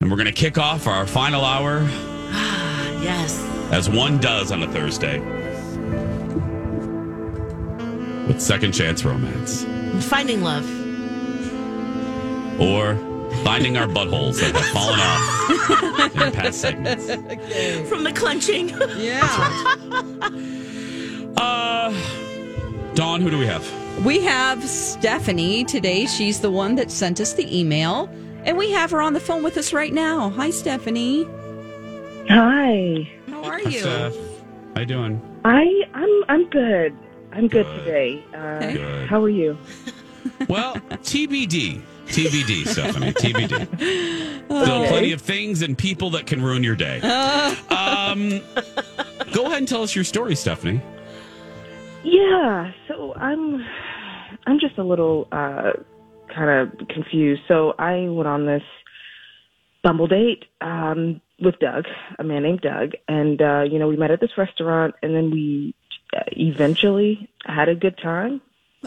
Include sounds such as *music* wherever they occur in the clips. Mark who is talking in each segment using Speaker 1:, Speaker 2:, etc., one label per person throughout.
Speaker 1: And we're going to kick off our final hour
Speaker 2: Yes.
Speaker 1: as one does on a Thursday with second chance romance
Speaker 2: Finding love.
Speaker 1: or finding our buttholes that have fallen off in past segments.
Speaker 2: From the clenching. *laughs*
Speaker 3: Yeah.
Speaker 1: Uh, Dawn, who do we have?
Speaker 3: we have Stephanie today. She's the one that sent us the email, and we have her on the phone with us right now. Hi, Stephanie.
Speaker 4: Hi.
Speaker 3: How are
Speaker 1: Hi,
Speaker 3: you?
Speaker 1: Steph. How you doing?
Speaker 4: I I'm I'm good. I'm good,
Speaker 1: Good.
Speaker 4: today. Uh,
Speaker 1: Good.
Speaker 4: How are you?
Speaker 1: Well, TBD. TBD, Stephanie. TBD. Still plenty of things and people that can ruin your day. Um, go ahead and tell us your story, Stephanie.
Speaker 4: Yeah. So I'm I'm just a little uh, kind of confused. So I went on this Bumble date um, with Doug, a man named Doug, and uh, you know we met at this restaurant, and then we uh, eventually had a good time.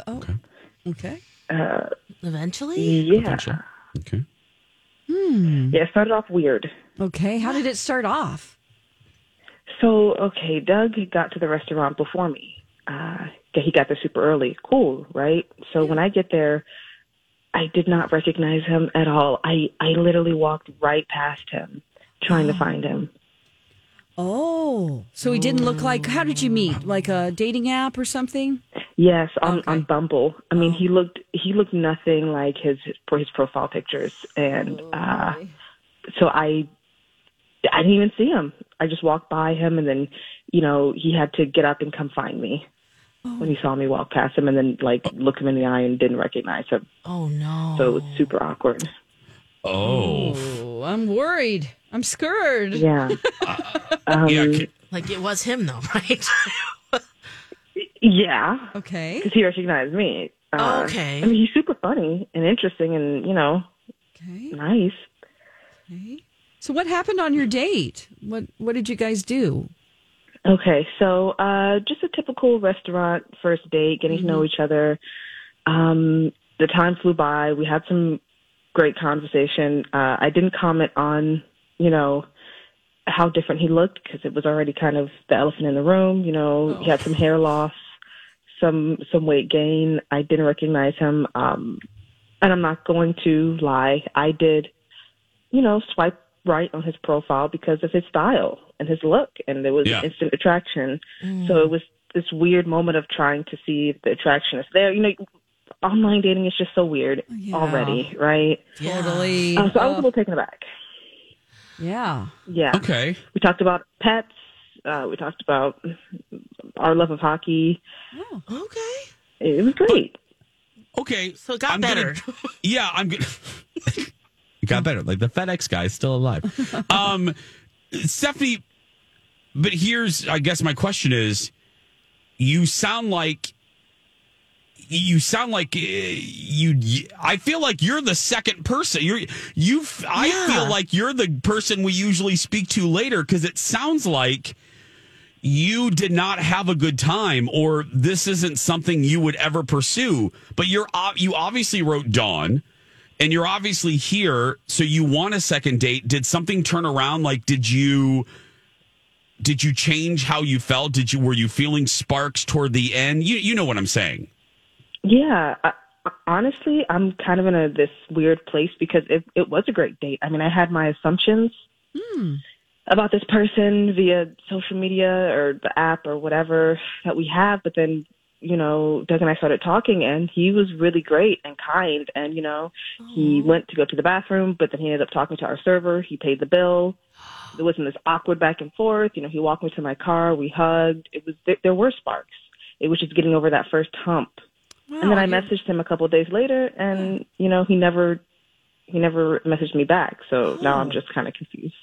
Speaker 3: Oh.
Speaker 1: Okay.
Speaker 3: Okay.
Speaker 4: Uh,
Speaker 2: Eventually?
Speaker 4: yeah.
Speaker 1: Potential. Okay.
Speaker 4: Yeah. It started off weird.
Speaker 3: Okay. How did it start off?
Speaker 4: So, okay, Doug had got to the restaurant before me. Uh, he got there super early. Cool, right? So when I get there, I did not recognize him at all. I, I literally walked right past him trying to find him.
Speaker 3: Oh, so he didn't look like. How did you meet? Like a dating app or something?
Speaker 4: Yes, on,
Speaker 3: Okay.
Speaker 4: on Bumble. I mean,
Speaker 2: Oh.
Speaker 4: he looked he looked nothing like his for his profile pictures, and
Speaker 2: Oh,
Speaker 4: uh, so I I didn't even see him. I just walked by him, and then you know he had to get up and come find me
Speaker 2: Oh.
Speaker 4: when he saw me walk past him, and then like look him in the eye and didn't recognize him.
Speaker 2: Oh, no.
Speaker 4: So it was
Speaker 2: *laughs*
Speaker 4: super awkward.
Speaker 1: Oh.
Speaker 3: Oh, I'm worried. I'm scared.
Speaker 4: Yeah,
Speaker 1: Yeah.
Speaker 4: um, yeah,
Speaker 1: c-
Speaker 2: Like it was him, though, *laughs* right?
Speaker 4: yeah,
Speaker 3: Okay.
Speaker 4: because he recognized me. Uh,
Speaker 2: Oh, okay.
Speaker 4: I mean, he's super funny and interesting, and you know,
Speaker 3: Okay.
Speaker 4: nice.
Speaker 3: Okay. So what happened on your date? What What did you guys do?
Speaker 4: Okay, so uh, just a typical restaurant first date, getting to know each other. Um, the time flew by. We had some great conversation. Uh, I didn't comment on, you know, how different he looked because it was already kind of the elephant in the room. You know, he had some hair loss, some some weight gain. I didn't recognize him, um, and I'm not going to lie. I did you know, swipe right on his profile because of his style and his look, and there was
Speaker 1: Yeah.
Speaker 4: instant attraction. So it was this weird moment of trying to see if the attraction is there. You know, online dating is just so weird
Speaker 3: Yeah.
Speaker 4: already, right?
Speaker 2: Yeah.
Speaker 3: Totally.
Speaker 4: Um, so I was
Speaker 3: Oh,
Speaker 4: a little taken aback.
Speaker 3: yeah.
Speaker 4: Yeah,
Speaker 1: Okay.
Speaker 4: we talked about pets. Uh, we talked about our love of hockey.
Speaker 2: Okay.
Speaker 4: It was great.
Speaker 1: Okay.
Speaker 2: So it got
Speaker 1: gonna-
Speaker 2: better.
Speaker 1: *laughs* yeah, I'm good. *laughs* it got better. Like the FedEx guy is still
Speaker 2: *laughs*
Speaker 1: alive. Um, Stephanie, but here's, I guess, my question is: You sound like you sound like uh, you. I feel like you're the second person. You're you. f- I
Speaker 2: Yeah.
Speaker 1: feel like you're the person we usually speak to later because it sounds like you did not have a good time or this isn't something you would ever pursue but you're ob- you obviously wrote dawn and you're obviously here so you want a second date did something turn around like did you did you change how you felt did you were you feeling sparks toward the end you you know what i'm saying
Speaker 4: Yeah. I, honestly, I'm kind of in a this weird place because it, it was a great date. I mean, I had my assumptions about this person via social media or the app or whatever that we have, but then you know, Doug and I started talking, and he was really great and kind. And you know, he went to go to the bathroom, but then he ended up talking to our server. He paid the bill. There wasn't this awkward back and forth. You know, he walked me to my car. We hugged. It was there, there were sparks. It was just getting over that first hump and then I messaged him a couple of days later, and you know he never he never messaged me back. So now
Speaker 3: Oh.
Speaker 4: I'm just kind of confused.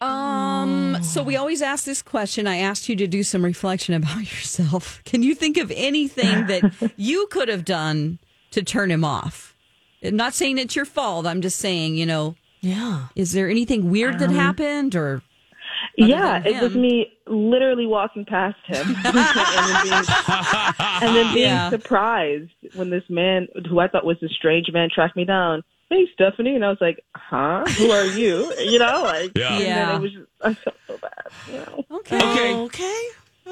Speaker 3: Um, so we always ask this question. I asked you to do some reflection about *laughs* yourself. Can you think of
Speaker 1: *laughs*
Speaker 3: anything that you could have done to turn him off? I'm not saying it's your fault. I'm just saying, you know,
Speaker 2: Yeah.
Speaker 3: is there anything weird that happened or
Speaker 4: yeah,
Speaker 3: than
Speaker 4: it was
Speaker 3: him.
Speaker 4: me literally walking past
Speaker 3: *laughs*
Speaker 4: him *laughs* and then being, and then being
Speaker 3: Yeah.
Speaker 4: surprised when this man, who I thought was a strange man, tracked me down. hey, Stephanie. And I was like, huh? Who are you? *laughs* you know, like,
Speaker 1: Yeah.
Speaker 4: and then
Speaker 3: Yeah.
Speaker 4: it was just, I felt so bad, you know.
Speaker 3: Okay.
Speaker 1: Okay.
Speaker 2: Okay.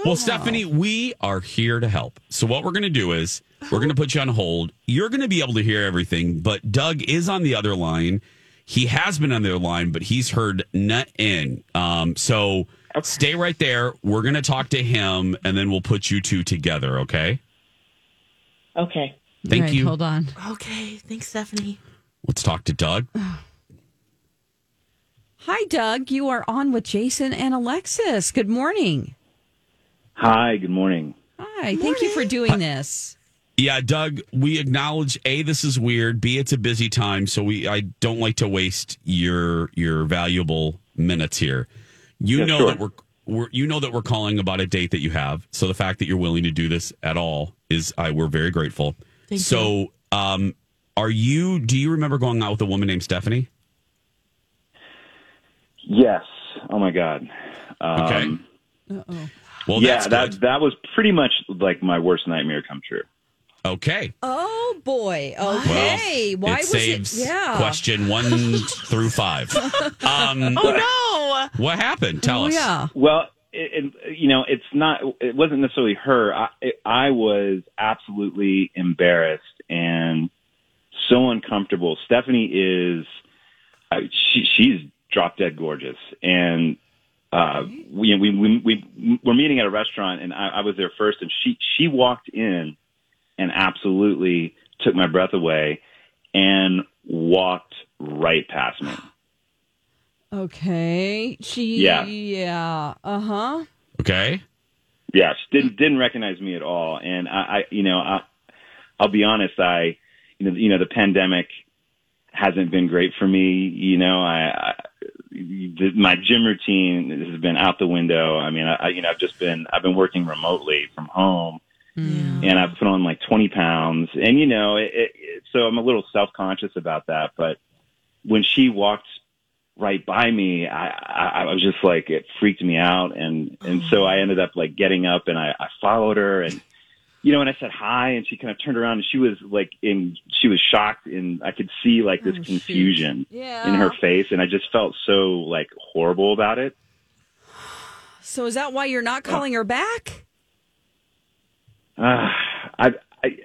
Speaker 1: Well, Stephanie, we are here to help. So what we're going to do is we're going to put you on hold. You're going to be able to hear everything, but Doug is on the other line. He has been on the other line, but he's heard nothing. Um, so stay right there. We're going to talk to him, and then we'll put you two together. Okay.
Speaker 4: Okay.
Speaker 1: Thank
Speaker 3: All right,
Speaker 1: you.
Speaker 3: Hold on.
Speaker 2: Okay. Thanks, Stephanie.
Speaker 1: Let's talk to Doug.
Speaker 3: Hi, Doug. You are on with Jason and Alexis. Good morning.
Speaker 5: Hi, good morning.
Speaker 3: Hi. Thank you for doing this.
Speaker 1: Yeah, Doug, we acknowledge A, this is weird. B, it's a busy time, so we I don't like to waste your your valuable minutes here. You
Speaker 5: Yeah,
Speaker 1: know
Speaker 5: sure.
Speaker 1: that we're, we're you know that we're calling about a date that you have. So the fact that you're willing to do this at all is I we're very grateful.
Speaker 2: Thank
Speaker 1: so um are you do you remember going out with a woman named Stephanie?
Speaker 5: Yes. Oh my God. Um,
Speaker 1: Okay.
Speaker 3: Uh-oh.
Speaker 1: Well
Speaker 5: yeah,
Speaker 1: that's
Speaker 5: that
Speaker 1: good.
Speaker 5: that was pretty much like my worst nightmare come true.
Speaker 1: Okay.
Speaker 3: Oh, boy. Okay.
Speaker 1: Well,
Speaker 3: Why
Speaker 1: it
Speaker 3: was
Speaker 1: saves
Speaker 3: it? Yeah.
Speaker 1: question one
Speaker 3: *laughs*
Speaker 1: through five. Um
Speaker 2: Oh
Speaker 1: what happened? Tell
Speaker 3: Oh,
Speaker 1: us.
Speaker 3: yeah.
Speaker 5: Well, it, it, you know, it's not. It wasn't necessarily her. I it, I was absolutely embarrassed and so uncomfortable. Stephanie is. I, she, she's drop dead gorgeous, and uh, we, we we we we're meeting at a restaurant, and I, I was there first, and she she walked in, and absolutely took my breath away, and walked right past me.
Speaker 3: Okay. She.
Speaker 5: Yeah.
Speaker 3: Yeah. Uh huh.
Speaker 1: Okay.
Speaker 5: Yeah, she didn't didn't recognize me at all, and I, I you know, I, I'll be honest, I, you know, you know, the pandemic hasn't been great for me. You know, I, I the, my gym routine has been out the window. I mean, I, I, you know, I've just been, I've been working remotely from home,
Speaker 2: no. Yeah.
Speaker 5: and I've put on like 20 pounds, and you know, it, it, it, so I'm a little self conscious about that. But when she walked right by me, I, I, I was just like, it freaked me out, and and so I ended up like getting up and I, I followed her, and you know, and I said hi, and she kind of turned around, and she was like in, she was shocked, and I could see like this
Speaker 3: Oh, shoot.
Speaker 5: confusion
Speaker 3: Yeah.
Speaker 5: in her face, and I just felt so like horrible about it.
Speaker 3: So is that why you're not calling her back?
Speaker 5: Uh, I, I,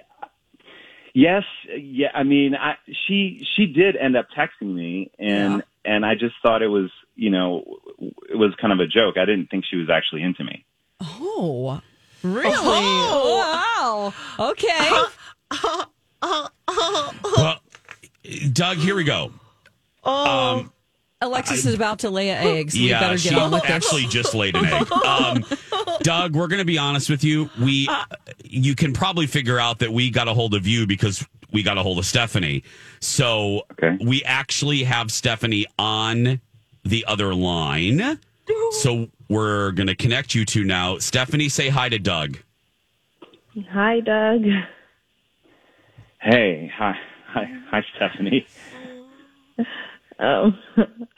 Speaker 5: yes, yeah. I mean, I, she she did end up texting me, and and I just thought it was you know it was kind of a joke. I didn't think she was actually into me.
Speaker 3: Oh. Really? Uh-huh.
Speaker 2: Oh.
Speaker 3: Wow. Okay.
Speaker 1: Well, Doug, here we go. Um,
Speaker 3: Alexis is about to lay an egg, so we
Speaker 1: yeah,
Speaker 3: Oh, better get
Speaker 1: she
Speaker 3: on with this.
Speaker 1: actually just laid an egg. Um, Doug, we're going to be honest with you. We,
Speaker 3: Uh,
Speaker 1: you can probably figure out that we got a hold of you because we got a hold of Stephanie. So
Speaker 5: Okay.
Speaker 1: we actually have Stephanie on the other line. So we're going to connect you two now. Stephanie, say hi to Doug.
Speaker 4: um, Hi, Doug. *laughs*
Speaker 5: Hey, hi, hi, hi, Stephanie.
Speaker 4: Um,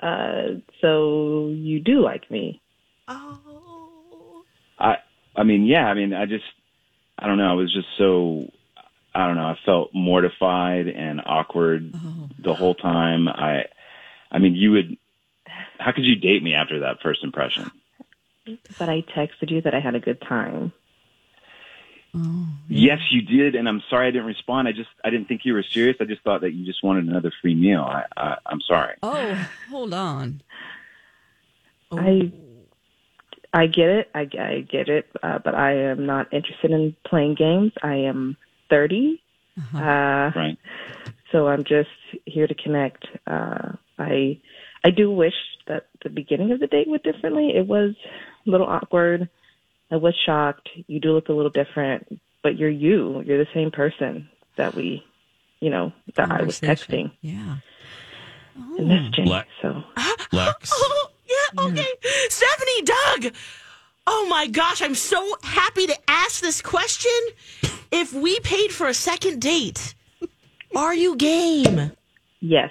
Speaker 4: uh, so you do like me.
Speaker 2: Oh.
Speaker 5: I I mean, yeah. I mean, I just I don't know. I was just so I don't know. I felt mortified and awkward the whole time. I I mean, you would. How could you date me after that first impression?
Speaker 4: But I texted you that I had a good time.
Speaker 5: Yes, you did, and I'm sorry I didn't respond. I just I didn't think you were serious. I just thought that you just wanted another free meal. I, I I'm sorry.
Speaker 3: Oh, hold on.
Speaker 4: I I get it. I, I get it. Uh, but I am not interested in playing games. I am 30.
Speaker 3: Uh-huh.
Speaker 4: Uh,
Speaker 5: Right.
Speaker 4: so I'm just here to connect. Uh, I I do wish that the beginning of the date went differently. It was a little awkward. I was shocked. You do look a little different, but you're you. You're the same person that we, you know, that I was texting
Speaker 3: Conversation. Oh. Yeah.
Speaker 4: and messaging.
Speaker 1: Let-
Speaker 4: so
Speaker 1: Lex.
Speaker 2: Oh, yeah, okay. Stephanie, Doug. Oh my gosh, I'm so happy to ask this question. If we paid for a second date, are you game?
Speaker 4: yes,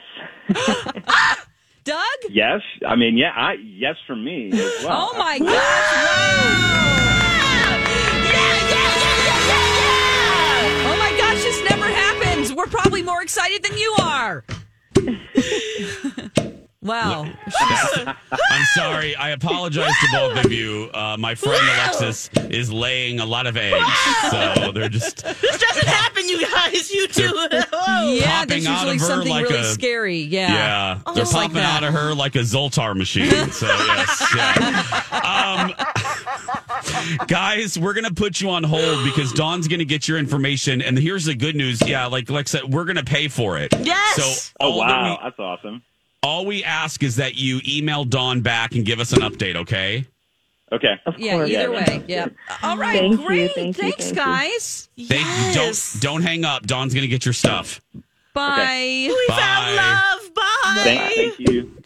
Speaker 3: Doug?
Speaker 5: Yes. I mean, yeah. I yes for me
Speaker 3: *laughs*
Speaker 5: as well.
Speaker 3: Oh my gosh. Wow.
Speaker 2: Yeah, yeah, yeah, yeah, yeah, yeah.
Speaker 3: Oh my gosh, this never happens. We're probably more excited than you are. *laughs* Wow.
Speaker 1: I'm sorry. I apologize to both of you. Uh, my friend Alexis is laying a lot of eggs, so they're just
Speaker 2: This doesn't happen, you guys. You two. *laughs* Oh. Whoa.
Speaker 3: yeah,
Speaker 1: Popping
Speaker 3: there's
Speaker 1: out
Speaker 3: usually
Speaker 1: of her
Speaker 3: something
Speaker 1: like
Speaker 3: really
Speaker 1: a-
Speaker 3: scary. *laughs* Yeah.
Speaker 1: yeah, they're
Speaker 3: Just like
Speaker 1: popping
Speaker 3: that.
Speaker 1: out of her like a Zoltar machine. So yes, yeah. um, guys, we're gonna put you on hold because Dawn's gonna get your information. And here's the good news. Yeah, like Lex said, we're gonna pay for it.
Speaker 2: Yes.
Speaker 1: So
Speaker 5: Oh
Speaker 1: all that
Speaker 5: wow,
Speaker 1: we-
Speaker 5: that's awesome.
Speaker 1: all we ask is that you email Dawn back and give us an update. Okay.
Speaker 5: Okay.
Speaker 4: Of
Speaker 3: Yeah,
Speaker 4: course.
Speaker 3: either way. Yeah. All right,
Speaker 4: Thank you,
Speaker 3: great.
Speaker 4: thank you,
Speaker 3: Thanks,
Speaker 4: thank you.
Speaker 3: guys.
Speaker 1: Thank,
Speaker 2: yes.
Speaker 1: Don't don't hang up. Dawn's gonna get your stuff.
Speaker 3: Bye.
Speaker 2: We
Speaker 1: Bye.
Speaker 2: found love. Bye.
Speaker 5: Thank, thank you.